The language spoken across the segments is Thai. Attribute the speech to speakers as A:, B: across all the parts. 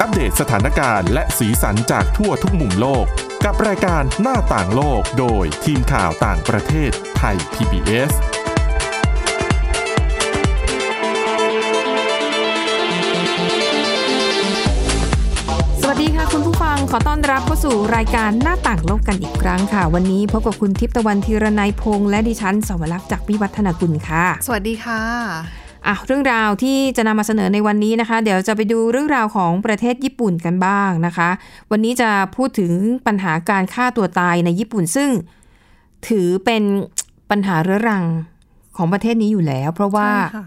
A: อัปเดตสถานการณ์และสีสันจากทั่วทุกมุมโลก กับรายการหน้าต่างโลกโดยทีมข่าวต่างประเทศไทย PBS
B: สวัสดีค่ะคุณผู้ฟังขอต้อนรับเข้าสู่รายการหน้าต่างโลกกันอีกครั้งค่ะ วันนี้พบกับคุณทิพย์ตะวันธีรนัยพงษ์และดิฉันสวรักษ์จากวิวัฒนากุลค่ะ
C: สวัสดีค่ะ
B: อ่ะเรื่องราวที่จะนำมาเสนอในวันนี้นะคะ เดี๋ยวจะไปดูเรื่องราวของประเทศญี่ปุ่นกันบ้างนะคะ วันนี้จะพูดถึงปัญหาการฆ่าตัวตายในญี่ปุ่นซึ่ง ถือเป็นปัญหาเรื้อรังของประเทศนี้อยู่แล้ว เพราะว่า
C: ใช่ค่ะ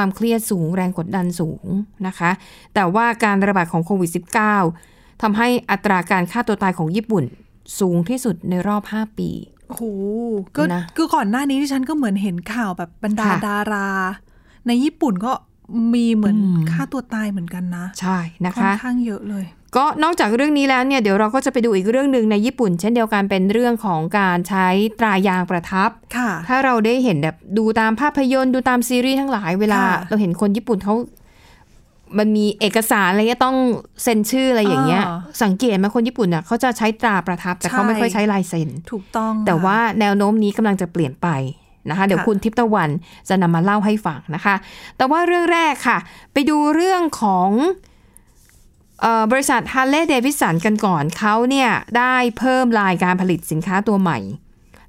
B: ความเครียดสูงแรงกดดันสูงนะคะ แต่ว่าการระบาดของโควิด -19 ทำให้อัตราการฆ่าตัวตายของญี่ปุ่น สูงที่สุดในรอบ 5 ปี
C: โอ้โหก็
B: นะ
C: คือก่อนหน้านี้ที่ฉันก็เหมือนเห็นข่าวแบบบรรดา
B: ค่ะ
C: ดารา ในญี่ปุ่นก็มีเหมือน
B: อืม
C: ฆ่าตัวตายเหมือนกันนะ
B: ใช่นะ
C: ค่อน
B: คะ
C: ข้างเยอะเลย
B: ก็นอกจากเรื่องนี้แล้วเนี่ยเดี๋ยวเราก็จะไปดูอีกเรื่องหนึ่งในญี่ปุ่น เช่นเดียวกันเป็นเรื่องของการใช้ตรายางประทับ
C: ค่ะ
B: ถ้าเราได้เห็นแบบดูตามภาพยนตร์ดูตามซีรีส์ทั้งหลายเวลา
C: ค่ะ
B: เราเห็นคนญี่ปุ่นเขามันมีเอกสารอะไรเงี้ยต้องเซ็นชื่ออะไรอย่างเงี้ย สังเกตไหมคนญี่ปุ่นอ่ะเขาจะใช้ตราประทับ แต่เขาไม่ค่อยใช้ลายเซ็น
C: ถูกต้อง
B: แต่
C: ค่ะ
B: ว่าแนวโน้มนี้กำลังจะเปลี่ยนไปนะคะ เดี๋ยว
C: ค่ะ
B: คุณทิพย์ตะวันจะนำมาเล่าให้ฟังนะคะ แต่ว่าเรื่องแรกค่ะ ไปดูเรื่องของเออบริษัทฮาร์เลย์เดวิสันกันก่อนเขาเนี่ยได้เพิ่มลายการผลิตสินค้าตัวใหม่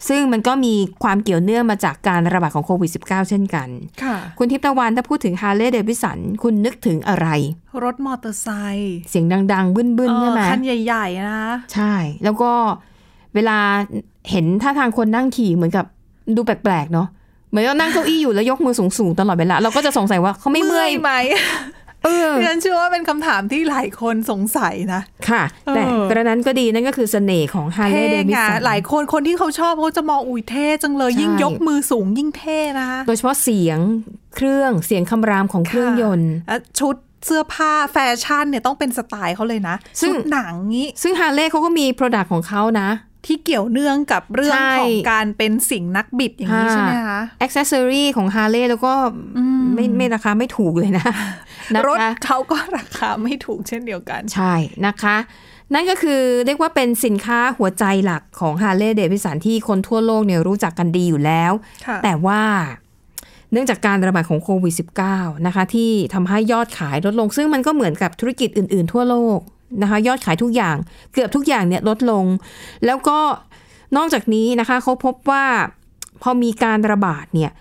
B: ซึ่งมันก็มีความเกี่ยวเนื่องมาจากการระบาดของโควิด -19 เช่นกัน
C: ค่ะ
B: คุณทิพย์ตะวันถ้าพูดถึงฮาร์เลย์เดวิสันคุณนึกถึงอะไร
C: รถมอเตอร์ไซค์
B: เสียงดัง ๆ บึ้นๆใช่ไหม
C: เออคันใหญ่ ๆ นะ
B: ใช่ แล้วก็เวลาเห็นท่าทางคนนั่งขี่เหมือนกับดูแปลกๆเนาะเหมือนกับนั่งเก้าอี้อยู่แล้วยกมือสูงๆตลอดเวลา เราก็จะสงสัยว่าเขาไม่เมื่อย
C: ไหม
B: เออ
C: ดิฉันเชื่อว่าเป็นคำถามที่หลายคนสงสัยนะ
B: ค่ะ
C: เออ
B: แต่กระนั้นก็ดีนั่นก็คือเสน่ห์ของฮาร์เล
C: เท่
B: ย์เดวิ
C: ไง
B: สัน
C: หลายคนคนที่เขาชอบเขาจะมองอุ้ยเท่จังเลย
B: ใช่
C: ยิ่งยกมือสูงยิ่งเท่นะคะ
B: โดยเฉพาะเสียงเครื่องเสียงคำรามของเครื่องยนต์
C: และชุดเสื้อผ้าแฟชั่นเนี่ยต้องเป็นสไตล์เขาเลยนะ
B: ซึ่ง
C: ชุดหนังนี้
B: ซึ่งฮาร์เลย์เขาก็มีโปรดักต์ของเขานะ
C: ที่เกี่ยวเนื่องกับเรื่อง
B: ใช่
C: ของการเป็นสิ่งนักบิดอย่างนี้ใช่ไหมคะ
B: อ็อกเซสซอรีของฮาร์เลย์แล้วก็ไม่ไม่ราคาไม่ถูกเลยนะนะคะ
C: รถเขาก็ราคาไม่ถูกเช่นเดียวกัน
B: ใช่นะคะ นั่นก็คือเรียกว่าเป็นสินค้าหัวใจหลักของ h a r l e y d a v i d s o n ที่คนทั่วโลกเนี่ยรู้จักกันดีอยู่แล้ว
C: ค่ะ
B: แต่ว่าเนื่องจากการระบาดของโควิด -19 นะคะ ที่ทำให้ยอดขายลดลง ซึ่งมันก็เหมือนกับธุรกิจอื่น ๆ ทั่วโลกนะคะ ยอดขายทุกอย่างเกือบทุกอย่างเนี่ยลดลง แล้วก็นอกจากนี้นะคะเขาพบว่าพอมีการระบาดเนี่ย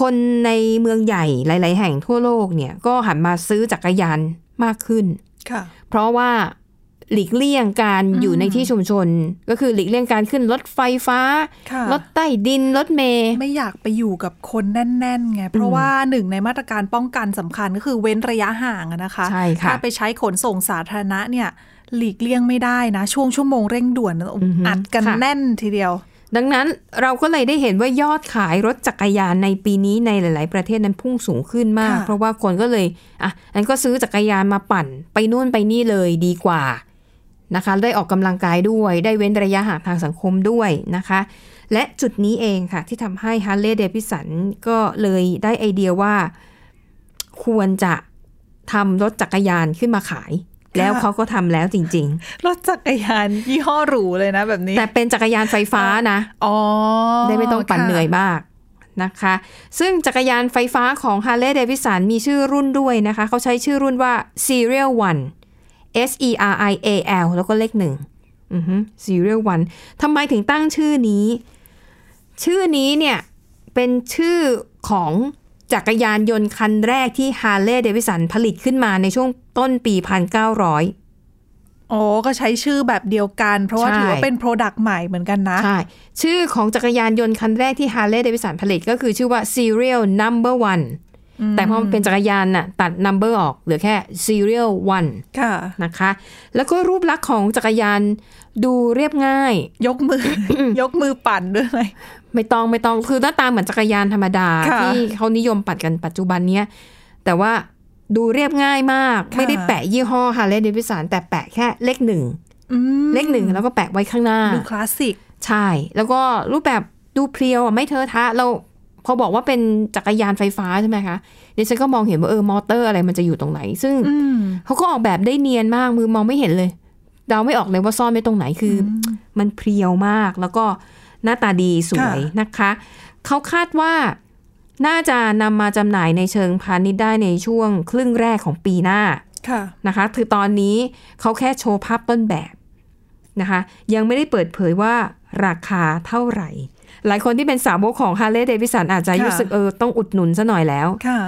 B: คนในเมืองใหญ่หลาย ๆ แห่งทั่วโลกเนี่ยก็หันมาซื้อจักรยานมากขึ้น
C: ค่ะ
B: เพราะว่าหลีกเลี่ยงการอยู่ในที่ชุมชน ก็คือหลีกเลี่ยงการขึ้นรถไฟฟ้า
C: ค่ะ
B: รถใต้ดิน รถเมล์
C: ไม่อยากไปอยู่กับคนแน่นๆไง เพราะว่าหนึ่งในมาตรการป้องกันสำคัญก็คือเว้นระยะห่างอะนะคะ
B: ใช่ค่ะ
C: ถ้าไปใช้ขนส่งสาธารณะเนี่ย หลีกเลี่ยงไม่ได้นะ ช่วงชั่วโมงเร่งด่วนนะอัดกันแน่นทีเดียว
B: ดังนั้นเราก็เลยได้เห็นว่ายอดขายรถจักรยานในปีนี้ในหลาย ๆ ประเทศนั้นพุ่งสูงขึ้นมาก
C: ค่ะ
B: เพราะว่าคนก็เลยอ่ะงั้นก็ซื้อจักรยานมาปั่น ไปนู่นไปนี่เลยดีกว่านะคะ ได้ออกกำลังกายด้วย ได้เว้นระยะห่างทางสังคมด้วยนะคะ และจุดนี้เองค่ะ ที่ทำให้ Harley Davidson ก็เลยได้ไอเดียว่า ควรจะทำรถจักรยานขึ้นมาขาย แล้วเขาก็ทำแล้วจริง
C: รถจักรยานยี่ห้อหรูเลยนะแบบ
B: ๆ
C: นี้
B: แต่เป็นจักรยานไฟฟ้านะ
C: อ๋อ
B: ได้ไม่ต้องปั่น
C: ค่ะ
B: เหนื่อยมากนะคะ ซึ่งจักรยานไฟฟ้าของ Harley Davidson มีชื่อรุ่นด้วยนะคะ เขาใช้ชื่อรุ่นว่า Serial One S E R I A L แล้วก็เลขหนึ่งอือฮึ Serial One ทำไมถึงตั้งชื่อนี้ ชื่อนี้เนี่ย เป็นชื่อของจักรยานยนต์คันแรกที่ Harley Davidson ผลิตขึ้นมาในช่วงต้นปี 1900
C: โอ้ก็ใช้ชื่อแบบเดียวกัน เพราะว่า
B: ใช่
C: ถือว่าเป็นโปรดักต์ใหม่เหมือนกันนะ
B: ใช่ ชื่อของจักรยานยนต์คันแรกที่ Harley Davidson ผลิตก็คือชื่อว่า Serial Number One แต่พอมันเป็นจักรยานน่ะตัด Number ออกเหลือแค่ Serial One
C: ค่ะ
B: นะคะ แล้วก็รูปลักษณ์ของจักรยานดูเรียบง่าย
C: ยกมื อ ยกมือปั่นด้วย
B: ไม่ต้องไม่ต้องคือหน้าตาเหมือนจักรยานธรรมดา
C: ค่ะ
B: ที่เขานิยมปัดกันปัจจุบันเนี้ยแต่ว่าดูเรียบง่ายมาก
C: ค่ะ
B: ไม่ได้แปะยี่ห้อ Harley Davidson แต่แปะแค่เลขหนึ่ง
C: อืม
B: เลขหนึ่งแล้วก็แปะไว้ข้างหน้า
C: ดูคลาสสิก
B: ใช่ แล้วก็รูปแบบดูเพรียวอะไม่เทอะทะเรา พอบอกว่าเป็นจักรยานไฟฟ้าใช่ไหมคะดิฉันก็มองเห็นว่าเออมอเตอร์อะไรมันจะอยู่ตรงไหน ซึ่ง
C: อืม
B: เขาก็ออกแบบได้เนียนมากมือมองไม่เห็นเลย เดาไม่ออกเลยว่าซ่อนไว้ตรงไหนคืออมันเพรียวมาก แล้วก็หน้าตาดีสวยนะคะ เขาคาดว่าน่าจะนำมาจำหน่ายในเชิงพาณิชย์ได้ในช่วงครึ่งแรกของปีหน้า
C: ค่ะ
B: นะคะคือตอนนี้เขาแค่โชว์ภาพต้นแบบนะคะ ยังไม่ได้เปิดเผยว่าราคาเท่าไหร่ หลายคนที่เป็นสาวกของ h าร์เลย์เดวิสันอาจจะ
C: ค่ะ
B: รู้สึกเออต้องอุดหนุนซะหน่อยแล้ว
C: ค่ะ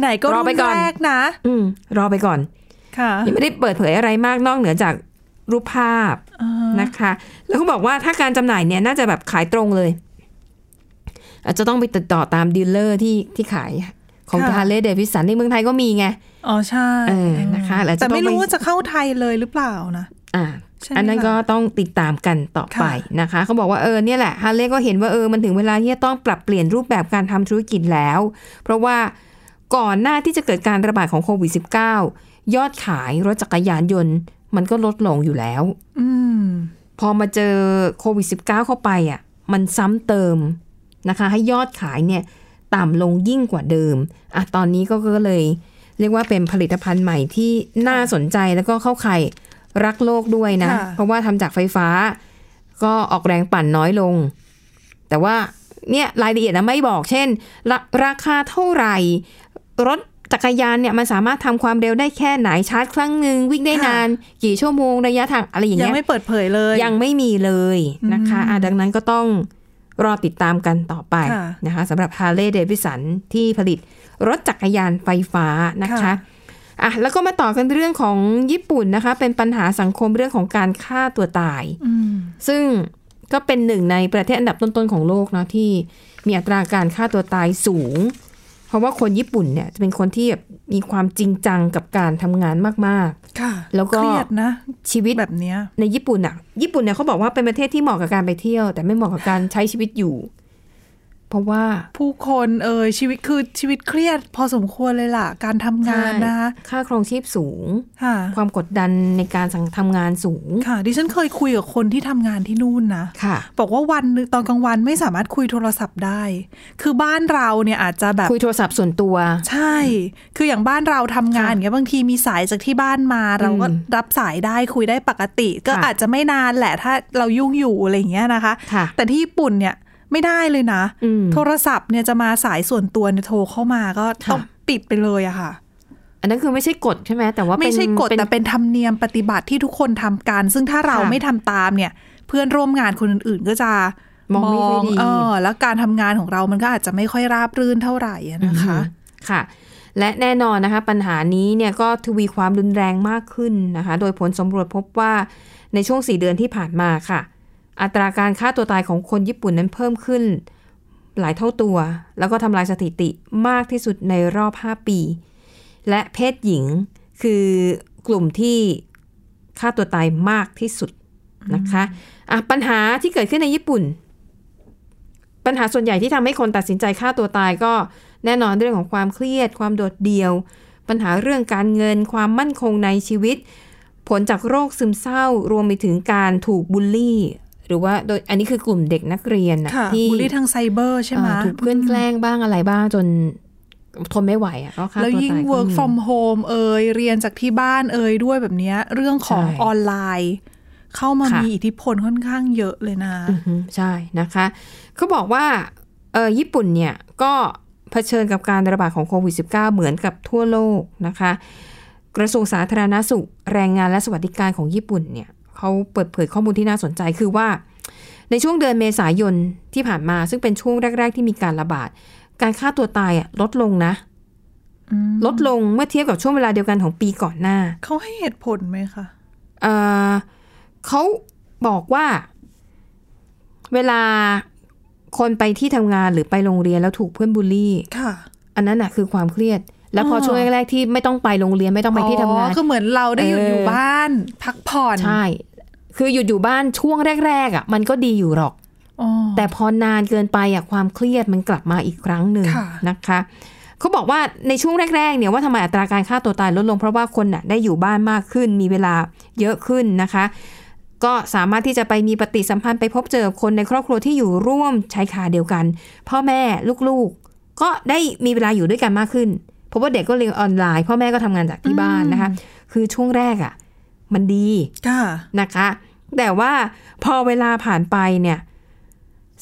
C: ไหนๆก็
B: รอ
C: รุ่
B: ไป
C: น
B: ก่อน
C: แรกนะ
B: อืมรอไปก่อน
C: ค่ะ
B: ยังไม่ได้เปิดเผยอะไรมากนอกเหนือจากรูปภาพ
C: อ่า
B: นะคะ แล้วเขาบอกว่าถ้าการจำหน่ายเนี่ยน่าจะแบบขายตรงเลย อาจจะต้องไปติดต่อตามดีลเลอร์ที่ที่ขายของฮาร์เลย์เดวิสันในเมืองไทยก็มีไง
C: อ๋อใช่
B: เออนะคะแล้วจะ
C: แต่ไม่
B: ต้อง
C: รู้
B: ไป
C: ว่าจะเข้าไทยเลยหรือเปล่านะ
B: อ่า
C: ใช่ไหม
B: อันนั้นก็
C: ล่ะ
B: ต้องติดตามกันต่อไป
C: ค่ะ
B: นะคะ เขาบอกว่าเออเนี่ยแหละฮาเล่ก็เห็นว่าเออมันถึงเวลาที่จะต้องปรับเปลี่ยนรูปแบบการทำธุรกิจแล้ว เพราะว่าก่อนหน้าที่จะเกิดการระบาดของโควิด -19 ยอดขายรถจักรยานยนต์ มันก็ลดลงอยู่แล้ว
C: ืม
B: พอมาเจอโควิด -19 เข้าไปอ่ะมันซ้ำเติมนะคะ ให้ยอดขายเนี่ยต่ำลงยิ่งกว่าเดิมอ่ะตอนนี้ก็ก็เลย เรียกว่าเป็นผลิตภัณฑ์ใหม่ที่น่าสนใจแล้วก็เข้าใครรักโลกด้วยนะ
C: ค่ะ
B: เพราะว่าทำจากไฟฟ้า ก็ออกแรงปั่นน้อยลง แต่ว่าเนี่ยรายละเอียดนะไม่บอก เช่นรราคาเท่าไหร่ รถจักรยานเนี่ยมันสามารถทำความเร็วได้แค่ไหนชาร์จครั้งหนึ่งวิ่งได้
C: ค่ะ
B: นาน กี่ชั่วโมงระยะทางอะไรอย่าง
C: ยัง
B: เงี้ย
C: ไม่เปิดเผยเลย
B: ยังไม่มีเลยนะคะอ่ะดังนั้นก็ต้องรอติดตามกันต่อไป
C: ค่ะ
B: นะคะสำหรับ Harley Davidson ที่ผลิตรถจักรยานไฟฟ้านะคะ
C: ค่ะ
B: อ่ะแล้วก็มาต่อกันเรื่องของญี่ปุ่นนะคะ เป็นปัญหาสังคมเรื่องของการฆ่าตัวตาย
C: อืม
B: ซึ่งก็เป็นหนึ่งในประเทศอันดับต้นๆของโลกเนาะที่มีอัตราการฆ่าตัวตายสูง เพราะว่าคนญี่ปุ่นเนี่ยจะเป็นคนที่แบบมีความจริงจังกับการทำงานมาก
C: ค่ะ
B: แล้วก็
C: เครียดนะ
B: ๆ ชีวิต
C: แบบเนี้ย
B: ในญี่ปุ่นอ่ะ ญี่ปุ่นเนี่ยเขาบอกว่าเป็นประเทศที่เหมาะกับการไปเที่ยว แต่ไม่เหมาะกับการใช้ชีวิตอยู่ เพราะว่า
C: ผู้คนเอ่ยชีวิตคือชีวิตเครียด พอสมควรเลยล่ะ การทำงานนะคะ
B: ค่าครองชีพสูง
C: ค่ะ
B: ความกดดันในการสั่งทำงานสูง
C: ค่ะ ดิฉันเคยคุยกับคนที่ทำงานที่นู่นนะ
B: ค่ะ
C: บอกว่าวันหนึ่งตอนกลางวันไม่สามารถคุยโทรศัพท์ได้ คือบ้านเราเนี่ยอาจจะแบบ
B: คุยโทรศัพท์ส่วนตัว
C: ใช่ คืออย่างบ้านเราทำงาน
B: ค่ะ
C: อย่างเงี้ยบางทีมีสายจากที่บ้านมา เราก็
B: อืม
C: รับสายได้คุยได้ปกติ ก็
B: ค่ะ
C: อาจจะไม่นานแหละถ้าเรายุ่งอยู่อะไรอย่างเงี้ยนะคะ
B: ค่ะ
C: แต่ที่ญี่ปุ่นเนี่ยไม่ได้เลยนะ
B: อืม
C: โทรศัพท์เนี่ยจะมาสายส่วนตัวเนี่ยโทรเข้ามาก็ต้อง
B: ค่ะ
C: ปิดไปเลยอะค่ะ
B: อันนั้นคือไม่ใช่กฎใช่ไหมแต่ว่าเป็น
C: ไม่ใช่กฎ
B: เป็น
C: แต่เป็นธรรมเนียมปฏิบัติที่ทุกคนทำกัน ซึ่งถ้าเรา
B: ค่ะ
C: ไม่ทำตามเนี่ย เพื่อนร่วมงานคนอื่นๆ ก็จะ
B: มองไม่ค่อยดี
C: เออแล้วการทำงานของเรามันก็อาจจะไม่ค่อยราบรื่นเท่าไหร่อะนะคะ
B: ค่ะ และแน่นอนนะคะปัญหานี้เนี่ยก็ทวีความรุนแรงมากขึ้นนะคะ โดยผลสำรวจพบว่าในช่วง 4 เดือนที่ผ่านมาค่ะ อัตราการฆ่าตัวตายของคนญี่ปุ่นนั้นเพิ่มขึ้น หลายเท่าตัว แล้วก็ทำลายสถิติมากที่สุดในรอบ 5 ปี และเพศหญิงคือกลุ่มที่ฆ่าตัวตายมากที่สุดนะคะอ่ะปัญหาที่เกิดขึ้นในญี่ปุ่น ปัญหาส่วนใหญ่ที่ทำให้คนตัดสินใจฆ่าตัวตายก็แน่นอนเรื่องของความเครียด ความโดดเดี่ยว ปัญหาเรื่องการเงิน ความมั่นคงในชีวิต ผลจากโรคซึมเศร้า รวมไปถึงการถูกบูลลี่ หรือว่าโดยอันนี้คือกลุ่มเด็กนักเรียนนะ
C: ค่ะ
B: ที่
C: บูลลี่ทางไซเบอร์ใช่ไหม
B: เอ่อถูกเพื่อนแกล้งบ้างอะไรบ้างจนทนไม่ไหวอ่ะก็ฆ่า
C: แล้ว
B: ตัว
C: ยิ่ง
B: ตายก็
C: work
B: มี
C: from home เอยเรียนจากที่บ้านเอยด้วยแบบเนี้ยเรื่องของ
B: ใช่
C: ออนไลน์ เข้ามา
B: ค่ะ
C: มีอิทธิพลค่อนข้างเยอะเลยนะ
B: อือฮึใช่นะคะเขาบอกว่าเออญี่ปุ่นเนี่ยก็เผชิญกับการระบาดของโควิด -19 เหมือนกับทั่วโลกนะคะ กระทรวงสาธารณสุขแรงงานและสวัสดิการของญี่ปุ่นเนี่ยเขาเปิดเผยข้อมูลที่น่าสนใจคือว่า ในช่วงเดือนเมษายนที่ผ่านมาซึ่งเป็นช่วงแรก ๆ ที่มีการระบาด การฆ่าตัวตายอะลดลงนะ
C: อืม
B: ลดลงเมื่อเทียบกับช่วงเวลาเดียวกันของปีก่อนหน้า
C: เขาให้เหตุผลไหมคะ
B: เอ่อเขาบอกว่า เวลาคนไปที่ทำงานหรือไปโรงเรียนแล้วถูกเพื่อนบูลลี่
C: ค่ะ
B: อันนั้นน่ะคือความเครียด แล้วพออ
C: อ
B: ช่วงแรกๆที่ไม่ต้องไปโรงเรียนไม่ต้องไปที่ทำงาน
C: ก็เหมือนเราได้หยุด
B: เออ
C: อ
B: อ
C: ยู่บ้าน พักผ่อน
B: ใช่ คืออยู่อยู่บ้านช่วงแรก ๆ อ่ะ มันก็ดีอยู่หรอก
C: อ๋อ
B: แต่พอนานเกินไปอ่ะความเครียดมันกลับมาอีกครั้งหนึ่ง
C: ค่ะ
B: นะคะเขาบอกว่าในช่วงแรกๆเนี่ยว่าทำไมอัตราการฆ่าตัวตายลดลงเพราะว่าคนน่ะได้อยู่บ้านมากขึ้น มีเวลาเยอะขึ้นนะคะ ก็สามารถที่จะไปมีปฏิสัมพันธ์ไปพบเจอกับคนในครอบครัวที่อยู่ร่วมชายคาเดียวกัน พ่อแม่ลูกๆ ก็ได้มีเวลาอยู่ด้วยกันมากขึ้น เพราะว่าเด็กก็เรียนออนไลน์ พ่อแม่ก็ทำงานจากที่บ้านนะคะ คือช่วงแรกอะ่ะ มันดี
C: ค่ะ
B: นะคะ แต่ว่าพอเวลาผ่านไปเนี่ย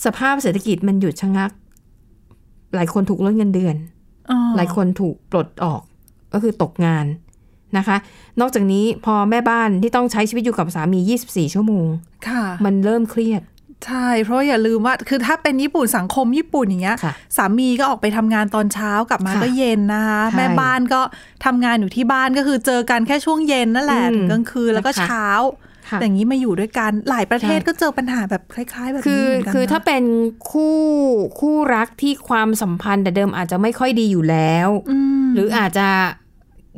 B: สภาพเศรษฐกิจมันหยุดชะงัก หลายคนถูกลดเงินเดือน
C: อ๋อ
B: หลายคนถูกปลดออกก็คือตกงานนะคะ นอกจากนี้พอแม่บ้านที่ต้องใช้ชีวิตอยู่กับสามี 24 ชั่วโมง
C: ค่ะ
B: มันเริ่มเครียด
C: ใช่ เพราะอย่าลืมว่า คือถ้าเป็นญี่ปุ่นสังคมญี่ปุ่นอย่างเงี้ย
B: ค่ะ
C: สามีก็ออกไปทำงานตอนเช้ากลับมา
B: ค่ะ
C: ก็เย็นนะคะ
B: ใช่
C: แม่บ้านก็ทำงานอยู่ที่บ้านก็คือเจอกันแค่ช่วงเย็นนั่นแหละ
B: อืม
C: ถึงกลางคืนแล้วก็
B: นะคะ
C: เช้า
B: ค่ะ
C: แต่อย่างนี้มาอยู่ด้วยกัน หลายประเทศก็เจอปัญหาแบบคล้าย ๆ แบบ
B: คื
C: นี้
B: อ
C: เหมือนกัน
B: คือถ้า
C: นะ
B: เป็นคู่คู่รักที่ความสัมพันธ์แต่เดิมอาจจะไม่ค่อยดีอยู่แล้ว
C: อืม
B: หรืออาจจะ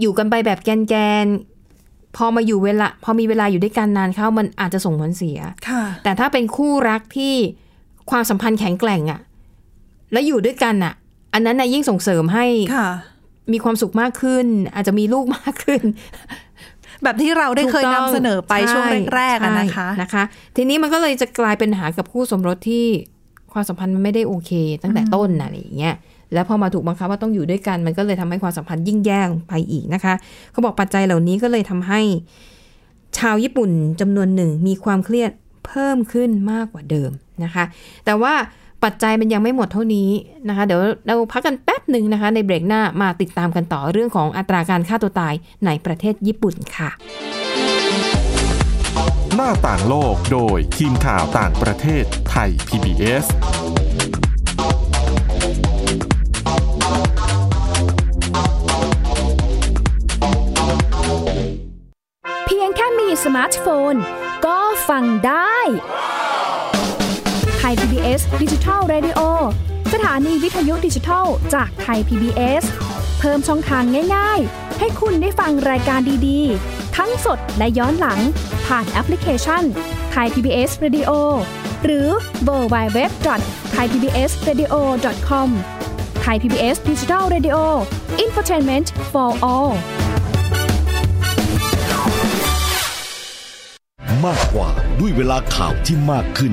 B: อยู่กันไปแบบแกนแกนๆพอมาอยู่เวลา พอมีเวลาอยู่ด้วยกันนานเข้ามันอาจจะส่งผลเสีย
C: ค่ะ
B: แต่ถ้าเป็นคู่รักที่ความสัมพันธ์แข็งแกร่งอะและอยู่ด้วยกันอะอันนั้นนะยิ่งส่งเสริมให้
C: ค่ะ
B: มีความสุขมากขึ้น อาจจะมีลูกมากขึ้น
C: แบบที่เราได้เคยนำเสนอไปช่วงแรกๆอะนะคะ
B: ใช่นะคะ ทีนี้มันก็เลยจะกลายเป็นปัญหากับคู่สมรสที่ความสัมพันธ์มันไม่ได้โอเค ตั้งแต่ต้นนะอะไรอย่างเงี้ยแล้วพอมาถูกบังคับว่าต้องอยู่ด้วยกัน มันก็เลยทำให้ความสัมพันธ์ยิ่งแย่ลงไปอีกนะคะเขาบอกปัจจัยเหล่านี้ก็เลยทำให้ ชาวญี่ปุ่นจำนวนหนึ่งมีความเครียดเพิ่มขึ้นมากกว่าเดิมนะคะ แต่ว่าปัจจัยมันยังไม่หมดเท่านี้นะคะ เดี๋ยวเราพักกันแป๊บหนึ่งนะคะ ในเบรกหน้ามาติดตามกันต่อเรื่องของอัตราการฆ่าตัวตายในประเทศญี่ปุ่นค่ะ
A: หน้าต่างโลกโดยทีมข่าวต่างประเทศไทย PBS
D: เพียงแค่มีสมาร์ทโฟน ก็ฟังได้ไทย PBS ดิจิทัล Radio สถานีวิทยุดิจิทัลจากไทย PBS เพิ่มช่องทางง่ายๆ ให้คุณได้ฟังรายการดีๆ ทั้งสดและย้อนหลัง ผ่านแอปพลิเคชันไทย PBS Radio หรือเวอร์บายเว็บไทยพีบีเอสเรดิโอคอมไทยพีบีเอสดิจิทัลเรดิโออินฟอร์ทนเมนต์ for all
E: มากกว่าด้วยเวลาข่าวที่มากขึ้น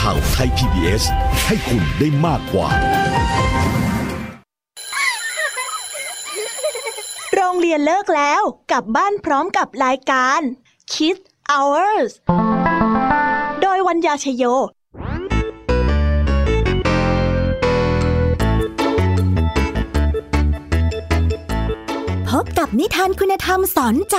E: ข่าวไทย PBS ให้คุณได้มากกว่า
F: โรงเรียนเลิกแล้ว กลับบ้านพร้อมกับรายการ Kids Hours โดยวัญญาชยโย
G: พบกับนิทานคุณธรรมสอนใจ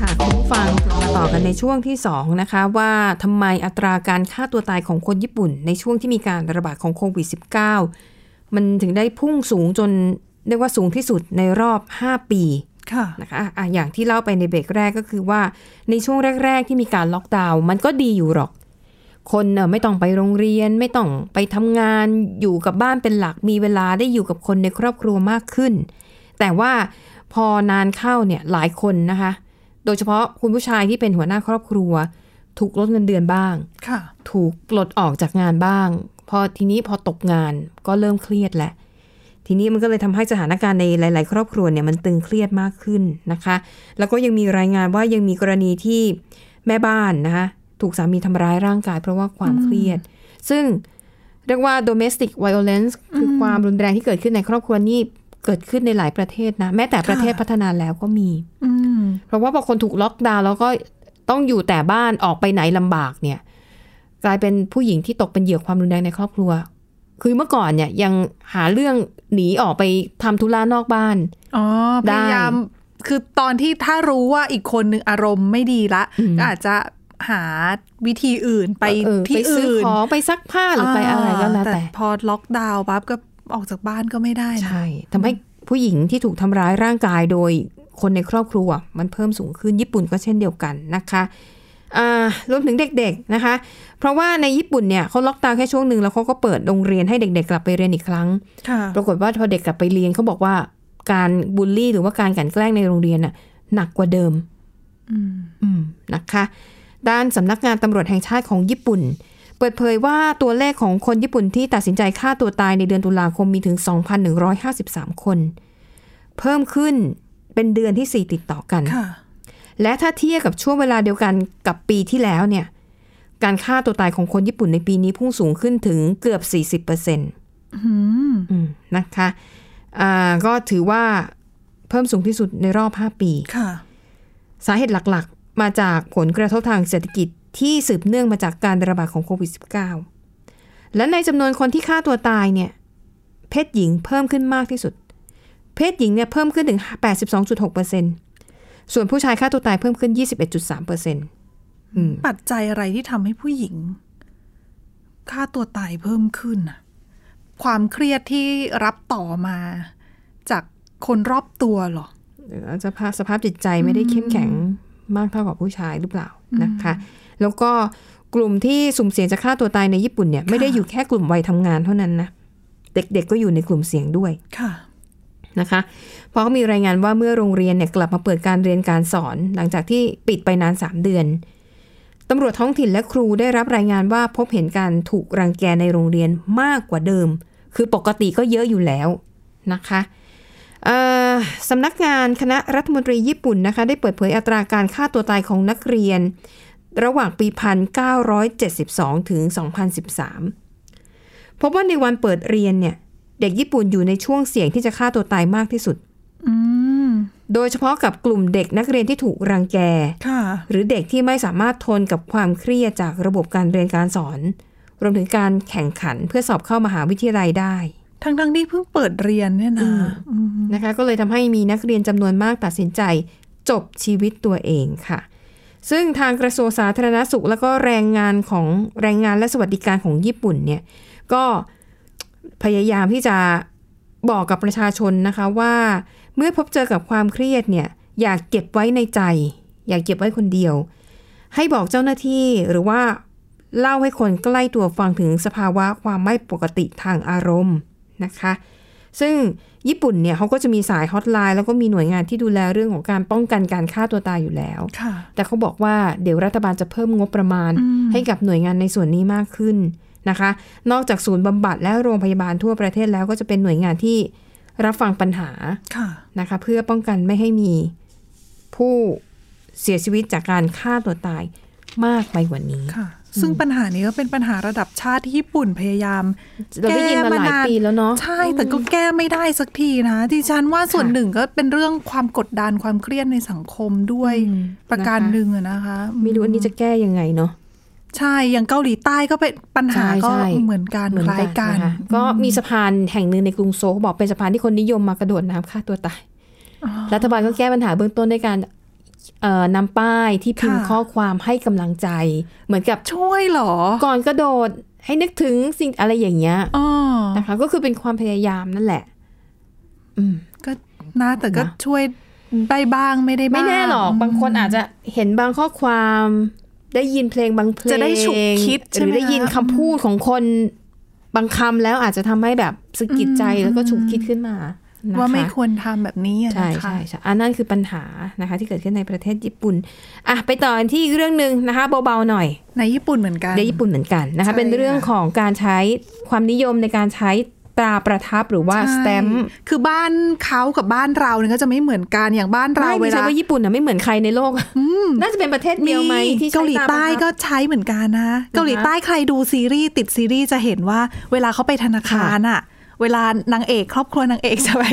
B: ค่ะคุณผู้ฟังกลับมาต่อกันในช่วงที่สองนะคะว่าทำไมอัตราการฆ่าตัวตายของคนญี่ปุ่น ในช่วงที่มีการระบาดของโควิด -19 มันถึงได้พุ่งสูงจนเรียกว่าสูงที่สุดในรอบ 5 ปี
C: ค่ะ
B: นะคะอ่ะอย่างที่เล่าไปในเบรกแรกก็คือว่าในช่วงแรก ๆ ที่มีการล็อกดาวน์มันก็ดีอยู่หรอก คนน่ะไม่ต้องไปโรงเรียน ไม่ต้องไปทำงานอยู่กับบ้านเป็นหลักมีเวลาได้อยู่กับคนในครอบครัวมากขึ้น แต่ว่าพอนานเข้าเนี่ยหลายคนนะคะ โดยเฉพาะคุณผู้ชายที่เป็นหัวหน้าครอบครัว ถูกลดเงินเดือนบ้าง
C: ค่ะ
B: ถูกปลดออกจากงานบ้าง พอทีนี้พอตกงานก็เริ่มเครียดแหละ ทีนี้มันก็เลยทำให้สถานการณ์ในหลาย ๆ ครอบครัวเนี่ยมันตึงเครียดมากขึ้นนะคะ แล้วก็ยังมีรายงานว่ายังมีกรณีที่แม่บ้านนะคะถูกสามีทำร้ายร่างกาย เพราะว่าความเครียด ซึ่งเรียกว่า domestic violence คือความรุนแรงที่เกิดขึ้นในครอบครัวนี่เกิดขึ้นในหลายประเทศนะ แม้แต่ประเทศพัฒนาแล้วก็มี
C: อืม
B: เพราะว่าพอคนถูกล็อกดาวน์แล้วก็ต้องอยู่แต่บ้านออกไปไหนลำบากเนี่ย กลายเป็นผู้หญิงที่ตกเป็นเหยื่อความรุนแรงในครอบครัว คือเมื่อก่อนเนี่ยยังหาเรื่องหนีออกไปทำธุระนอกบ้าน
C: อ๋อพ
B: ได้
C: ยายามคือตอนที่ถ้ารู้ว่าอีกคนนึงอารมณ์ไม่ดีละ
B: อืม
C: ก็อาจจะหาวิธีอื่นไป
B: เออไป
C: ที่
B: ซื้อ
C: อื่น
B: ของไปซักผ้าหรือไปอะไรก็แล้ว
C: อ่า
B: แต่
C: พอล็อกดาวน์ปั๊บก็ออกจากบ้านก็ไม่ได้นะ
B: ใช่ทำให้ผู้หญิงที่ถูกทำร้ายร่างกายโดยคนในครอบครัว มันเพิ่มสูงขึ้นญี่ปุ่นก็เช่นเดียวกันนะคะอ่ารวมถึงเด็กๆนะคะ เพราะว่าในญี่ปุ่นเนี่ยเขาล็อกดาวน์แค่ช่วงหนึ่งแล้วเขาก็เปิดโรงเรียนให้เด็กๆกลับไปเรียนอีกครั้ง
C: ค่ะ
B: ปรากฏว่าพอเด็กกลับไปเรียนเขาบอกว่าการบูลลี่หรือว่าการกลันแกล้งในโรงเรียนน่ะหนักกว่าเดิม
C: อืม
B: อืมนะคะ ด้านสำนักงานตำรวจแห่งชาติของญี่ปุ่น เปิดเผยว่าตัวเลขของคนญี่ปุ่นที่ตัดสินใจฆ่าตัวตายในเดือนตุลาคมมีถึง 2,153 คน เพิ่มขึ้นเป็นเดือนที่ 4 ติดต่อกัน
C: ค่ะ
B: และถ้าเทียบกับช่วงเวลาเดียวกันกับปีที่แล้วเนี่ย การฆ่าตัวตายของคนญี่ปุ่นในปีนี้พุ่งสูงขึ้นถึงเกือบ 40%เปอร์เซ็นต์
C: อืม
B: อืมนะคะอ่าก็ถือว่าเพิ่มสูงที่สุดในรอบ 5 ปี
C: ค่ะ
B: สาเหตุหลักๆ มาจากผลกระทบทางเศรษฐกิจที่สืบเนื่องมาจากการระบาดของโควิด -19 และในจำนวนคนที่ฆ่าตัวตายเนี่ยเพศหญิงเพิ่มขึ้นมากที่สุด เพศหญิงเนี่ยเพิ่มขึ้นถึง 82.6%ส่วนผู้ชายฆ่าตัวตายเพิ่มขึ้น 21.3%อืม
C: ปัจจัยอะไรที่ทำให้ผู้หญิงค่าตัวตายเพิ่มขึ้นน่ะความเครียดที่รับต่อมา จากคนรอบตัวเหรอ
B: หรืออาจจะภาพสภาพจิตใจไม่ได้เข้มแข็งมากเท่ากับผู้ชายหรือเปล่านะคะ แล้วก็กลุ่มที่สุ่มเสี่ยงจะฆ่าตัวตายในญี่ปุ่นเนี่ยไม่ได้อยู่แค่กลุ่มวัยทำงานเท่านั้นนะเด็กๆก็อยู่ในกลุ่มเสี่ยงด้วย
C: ค่ะ
B: นะคะเพราะเขามีรายงานว่าเมื่อโรงเรียนเนี่ยกลับมาเปิดการเรียนการสอน หลังจากที่ปิดไปนาน 3 เดือนตำรวจท้องถิ่นและครูได้รับรายงานว่าพบเห็นการถูกรังแกในโรงเรียนมากกว่าเดิม คือปกติก็เยอะอยู่แล้วนะคะ เอ่อสำนักงานคณะรัฐมนตรีญี่ปุ่นนะคะ ได้เปิดเผยอัตราการฆ่าตัวตายของนักเรียน ระหว่างปี 1972 ถึง 2013 พบว่าในวันเปิดเรียนเนี่ย เด็กญี่ปุ่นอยู่ในช่วงเสี่ยงที่จะฆ่าตัวตายมากที่สุด
C: อืม
B: โดยเฉพาะกับกลุ่มเด็กนักเรียนที่ถูกรังแก
C: ค่ะ
B: หรือเด็กที่ไม่สามารถทนกับความเครียดจากระบบการเรียนการสอน รวมถึงการแข่งขันเพื่อสอบเข้ามหาวิทยาลัยได้
C: ทั้งทั้งๆที่เพิ่งเปิดเรียนเนี่ยนะอืม
B: นะคะก็เลยทำให้มีนักเรียนจำนวนมากตัดสินใจจบชีวิตตัวเองค่ะ ซึ่งทางกระทรวงสาธารณสุข แล้วก็แรงงานของแรงงานและสวัสดิการของญี่ปุ่นเนี่ยก็พยายามที่จะบอกกับประชาชนนะคะว่า เมื่อพบเจอกับความเครียดเนี่ยอย่ากเก็บไว้ในใจ อย่ากเก็บไว้คนเดียว ให้บอกเจ้าหน้าที่หรือว่าเล่าให้คนใกล้ตัวฟังถึงสภาวะความไม่ปกติทางอารมณ์นะคะ ซึ่งญี่ปุ่นเนี่ยเขาก็จะมีสายฮอตไลน์แล้วก็มีหน่วยงานที่ดูแลเรื่องของการป้องกันการฆ่าตัวตายอยู่แล้ว
C: ค่ะ
B: แต่เขาบอกว่าเดี๋ยวรัฐบาลจะเพิ่มงบประมาณ
C: อืม
B: ให้กับหน่วยงานในส่วนนี้มากขึ้นนะคะ นอกจากศูนย์บำบัดและโรงพยาบาลทั่วประเทศแล้วก็จะเป็นหน่วยงานที่รับฟังปัญหา
C: ค่ะ
B: นะคะ เพื่อป้องกันไม่ให้มีผู้เสียชีวิตจากการฆ่าตัวตายมากไปกว่านี้
C: ค่ะ ซึ่งปัญหานี้ก็เป็นปัญหาระดับชาติที่ญี่ปุ่นพยายาม
B: เราได้ยินมาหลายปีแล้วเนาะ
C: ใช่ แต่ก็แก้ไม่ได้สักทีนะดิฉันว่าส่วน
B: ค่ะ
C: หนึ่งก็เป็นเรื่องความกดดันความเครียดในสังคมด้วย
B: อืม
C: ประการ
B: นะคะ
C: หนึ่งอะนะคะ
B: ไม่รู้อันนี้จะแก้ยังไงเนาะ
C: ใช่ อย่างเกาหลีใต้ก็เป็นปัญหาก็
B: ใช่ใช่
C: เหมือนกัน
B: เหมือน
C: คล้ายกัน
B: นะคะก็มีสะพานแห่งหนึ่งในกรุงโซลเขาบอกเป็นสะพานที่คนนิยมมากระโดดน้ำฆ่าตัวตาย รัฐบาลก็แก้ปัญหาเบื้องต้นด้วยการเอ่อนำป้ายที่พิมพ์ข้อความให้กำลังใจ เหมือนกับ
C: ช่วยเหรอ
B: ก่อนกระโดดให้นึกถึงสิ่งอะไรอย่างเงี้ย
C: อ๋อ
B: นะคะ ก็คือเป็นความพยายามนั่นแหละ อืม
C: ก็นะแต่ก็
B: นะ
C: ช่วยได้บ้างไม่ได้บ้าง
B: ไม่แน่หรอกบางคนอาจจะเห็นบางข้อความได้ยินเพลงบางเพลง
C: จะได้ฉุกคิด
B: หรื
C: ใช่
B: อ
C: ไหม
B: ได้ยิน
C: คะ
B: คำพูดของคนบางคำแล้วอาจจะทำให้แบบสะกิดใจแล้วก็ฉุกคิดขึ้นมานะคะ
C: ว่าไม่ควรทำแบบนี้อะ
B: ใช่
C: นะคะ
B: ใช่ใช่อันนั่นคือปัญหานะคะ ที่เกิดขึ้นในประเทศญี่ปุ่นอ่ะไปต่อกันที่อีกเรื่องหนึ่งนะคะเบาๆหน่อย
C: ในญี่ปุ่นเหมือนกัน
B: ในญี่ปุ่นเหมือนกันนะคะ
C: ใช่
B: เป็นเรื่อง
C: ค่ะ
B: ของการใช้ความนิยมในการใช้ ตราประทับหรือว่าสแตมป์
C: คือบ้านเขากับบ้านเราเนี่ยก็จะไม่เหมือนกันอย่างบ้านเรา
B: ไม่
C: เว
B: ใช่
C: ลา
B: ว่าญี่ปุ่นน่ะไม่เหมือนใครในโลกน่าจะเป็นประเทศเดียวไหมที่ใช้
C: เกาหลี
B: รประทับ
C: ใต้ก็ใช้เหมือนกันนะ เกาหลีใต้ใครดูซีรีส์ติดซีรีส์จะเห็นว่า เวลาเขาไปธนาคารอะเวลานางเอกครอบครัวนางเอกจะ ไป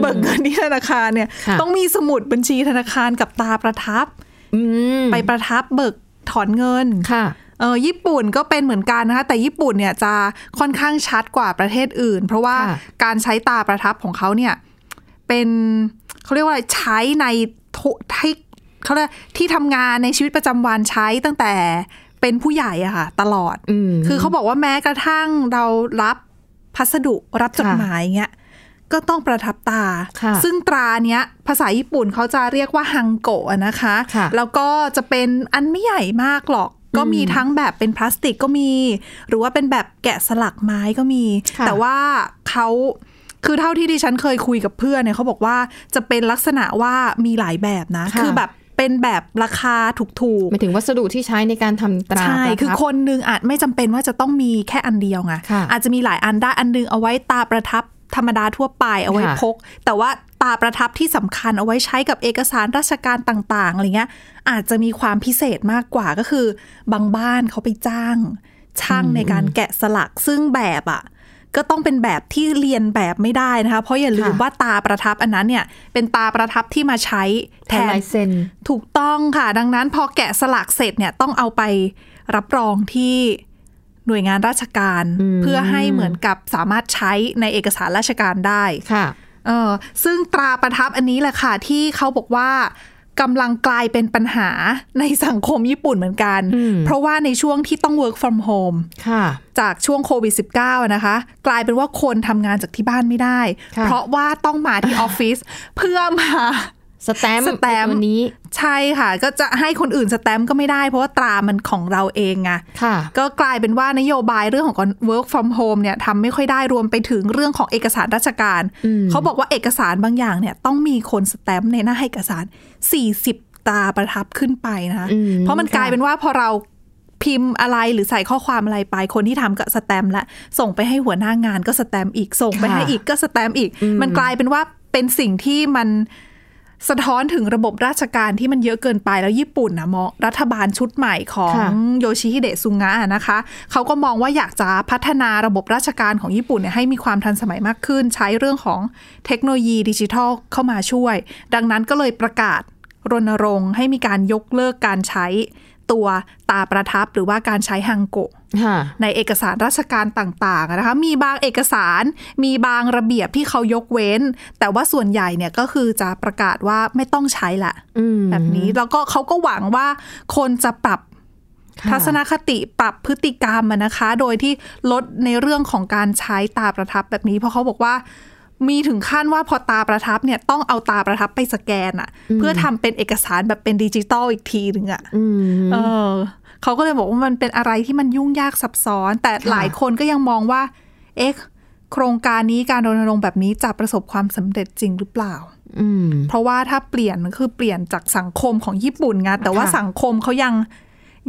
C: เบิกเงินที่ธนาคารเนี่ย
B: ค่ะ
C: ต้องมีสมุดบัญชีธนาคารกับตาประทับ
B: อืม
C: ไปประทับเบิกถอนเงิน
B: ค่ะ
C: เออญี่ปุ่นก็เป็นเหมือนกันนะคะ แต่ญี่ปุ่นเนี่ยจะค่อนข้างชัดกว่าประเทศอื่น เพราะว่า
B: ค่ะ
C: การใช้ตาประทับของเขาเนี่ยเป็นเขาเรียกว่าอะไรใช้ในทุกที่เขาเรียกที่ทำงานในชีวิตประจำวันใช้ตั้งแต่เป็นผู้ใหญ่อะค่ะตลอด
B: อืม
C: คือเขาบอกว่าแม้กระทั่งเรารับพัสดุรับจด
B: ค่ะ
C: หมายเงี้ยก็ต้องประทับตา
B: ค่ะ
C: ซึ่งตราเนี้ย ภาษาญี่ปุ่นเขาจะเรียกว่าฮังโกะอะนะคะ
B: ค่ะ
C: แล้วก็จะเป็นอันไม่ใหญ่มากหรอก ก็มีทั้งแบบเป็นพลาสติกก็มี หรือว่าเป็นแบบแกะสลักไม้ก็มี
B: ค่ะ
C: แต่ว่าเขาคือเท่าที่ดิฉันเคยคุยกับเพื่อนเนี่ยเขาบอกว่าจะเป็นลักษณะว่ามีหลายแบบนะ
B: ค่ะ
C: คือแบบเป็นแบบราคาถูก
B: หมายถึงวัสดุที่ใช้ในการทำตรา
C: ๆ
B: ป
C: ใช่
B: ระทับ
C: คือคนหนึงอาจไม่จำเป็นว่าจะต้องมีแค่อันเดียวไง
B: ค่ะ
C: อาจจะมีหลายอันได้อันหนึงเอาไว้ตาประทับธรรมดาทั่วไปเอาไว้
B: ค่ะ
C: พก แต่ว่าตาประทับที่สำคัญเอาไว้ใช้กับเอกสารราชการต่างๆอะไรเงี้ยอาจจะมีความพิเศษมากกว่าก็คือ บางบ้านเขาไปจ้าง ช่างในการแกะสลักซึ่งแบบอ่ะ ก็ต้องเป็นแบบที่เรียนแบบไม่ได้นะคะ เพราะอย่าลืมว่าตาประทับอันนั้นเนี่ย เป็นตาประทับที่มาใช้
B: แท
C: แท
B: น
C: น
B: ลายเซ็น
C: ถูกต้องค่ะ ดังนั้นพอแกะสลักเสร็จเนี่ยต้องเอาไปรับรองที่หน่วยงานราชการ
B: อืม
C: เพื่อให้เหมือนกับสามารถใช้ในเอกสารราชการได้
B: ค่ะ
C: เออซึ่งตราประทับอันนี้แหละค่ะ ที่เขาบอกว่ากำลังกลายเป็นปัญหาในสังคมญี่ปุ่นเหมือนกัน
B: อืม
C: เพราะว่าในช่วงที่ต้อง work from home
B: ค่ะ
C: จากช่วงโควิด -19 อะนะคะ กลายเป็นว่าคนทำงานจากที่บ้านไม่ได้
B: ค่ะ
C: เพราะว่าต้องมาที่ ออฟฟิศเพื่อมา
B: สแตมป์
C: สแตมป์
B: ตัวนี้
C: ใช่ค่ะ ก็จะให้คนอื่นสแตมป์ก็ไม่ได้ เพราะว่าตรามันของเราเองไง
B: ค่ะ
C: ก็กลายเป็นว่านโยบายเรื่องของการ work from home เนี่ยทำไม่ค่อยได้รวมไปถึงเรื่องของเอกสารราชการ
B: อืม
C: เขาบอกว่าเอกสารบางอย่างเนี่ยต้องมีคนสแตมป์ในหน้าเอกสาร 40 ตราประทับขึ้นไปนะคะ
B: อื
C: เพราะมันกลายเป็นว่าพอเราพิมพ์อะไรหรือใส่ข้อความอะไรไป คนที่ทำก็สแตมป์ละส่งไปให้หัวหน้างานก็สแตมป์อีกส่งไปให้อีกก็สแตมป์อีก มันกลายเป็นว่าเป็นสิ่งที่มันสะท้อนถึงระบบราชการที่มันเยอะเกินไปแล้วญี่ปุ่นนะมองรัฐบาลชุดใหม่ของ
B: ค่ะ
C: โยชิฮิเดะซุงะนะคะ เขาก็มองว่าอยากจะพัฒนาระบบราชการของญี่ปุ่นเนี่ยให้มีความทันสมัยมากขึ้น ใช้เรื่องของเทคโนโลยีดิจิทัลเข้ามาช่วย ดังนั้นก็เลยประกาศ รณรงค์ให้มีการยกเลิกการใช้ตัวตาประทับหรือว่าการใช้ฮังโกะ
B: ค่ะ
C: ในเอกสารราชการต่างๆอะนะคะมีบางเอกสารมีบางระเบียบที่เขายกเว้น แต่ว่าส่วนใหญ่เนี่ยก็คือจะประกาศว่าไม่ต้องใช้ละ
B: อืม
C: แบบนี้แล้วก็เขาก็หวังว่าคนจะปรับ
B: ค่ะ
C: ทัศนคติปรับพฤติกรรมอะนะคะ โดยที่ลดในเรื่องของการใช้ตาประทับแบบนี้เพราะเขาบอกว่า มีถึงขั้นว่าพอตาประทับเนี่ยต้องเอาตาประทับไปสแกนอะเพื่อทำเป็นเอกสารแบบเป็นดิจิตอลอีกทีหนึ่งอะ
B: อืม
C: เออเขาก็เลยบอกว่ามันเป็นอะไรที่มันยุ่งยากซับซ้อน แต่หลายคนก็ยังมองว่า เอ๊ะโครงการนี้การรณรงค์แบบนี้จะประสบความสำเร็จจริงหรือเปล่า
B: อืม
C: เพราะว่าถ้าเปลี่ยนมันคือเปลี่ยนจากสังคมของญี่ปุ่นไงแต่ว่า
B: ค่ะ
C: สังคมเขายัง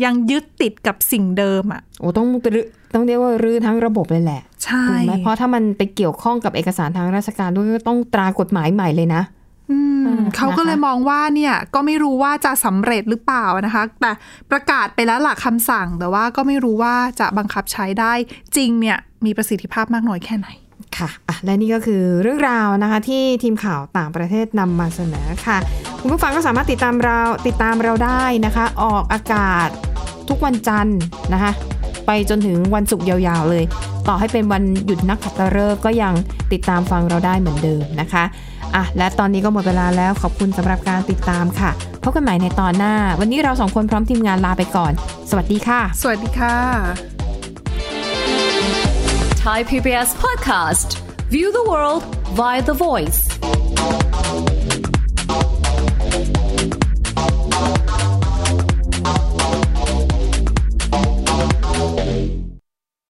C: ยังยึดติดกับสิ่งเดิมอะ
B: โอ้ต้องรื้อต้องเรียกว่ารื้อทั้งระบบเลยแหละ
C: ใช่
B: ถูกไหมเพราะถ้ามันไปเกี่ยวข้องกับเอกสารทางราชการด้วยก็ต้องตรากฎหมายใหม่เลยนะ
C: อืม
B: อ่า
C: เขาก็
B: นะคะ
C: เลยมองว่าเนี่ยก็ไม่รู้ว่าจะสำเร็จหรือเปล่านะคะ แต่ประกาศไปแล้วหลักคำสั่ง แต่ว่าก็ไม่รู้ว่าจะบังคับใช้ได้จริงเนี่ยมีประสิทธิภาพมากน้อยแค่ไหน
B: ค่ะอ่ะ และนี่ก็คือเรื่องราวนะคะที่ทีมข่าวต่างประเทศนำมาเสนอค่ะ คุณผู้ฟังก็สามารถติดตามเราติดตามเราได้นะคะ ออกอากาศทุกวันจันทร์นะคะ ไปจนถึงวันศุกร์ยาวๆเลย ต่อให้เป็นวันหยุดนักขัตฤกษ์ก็ยังติดตามฟังเราได้เหมือนเดิมนะคะอ่ะและตอนนี้ก็หมดเวลาแล้วขอบคุณสำหรับการติดตามค่ะพบกันใหม่ในตอนหน้า วันนี้เราสองคนพร้อมทีมงานลาไปก่อน สวัสดีค่ะ
C: สวัสดีค่ะ
H: Thai PBS podcast. View the world via the voice.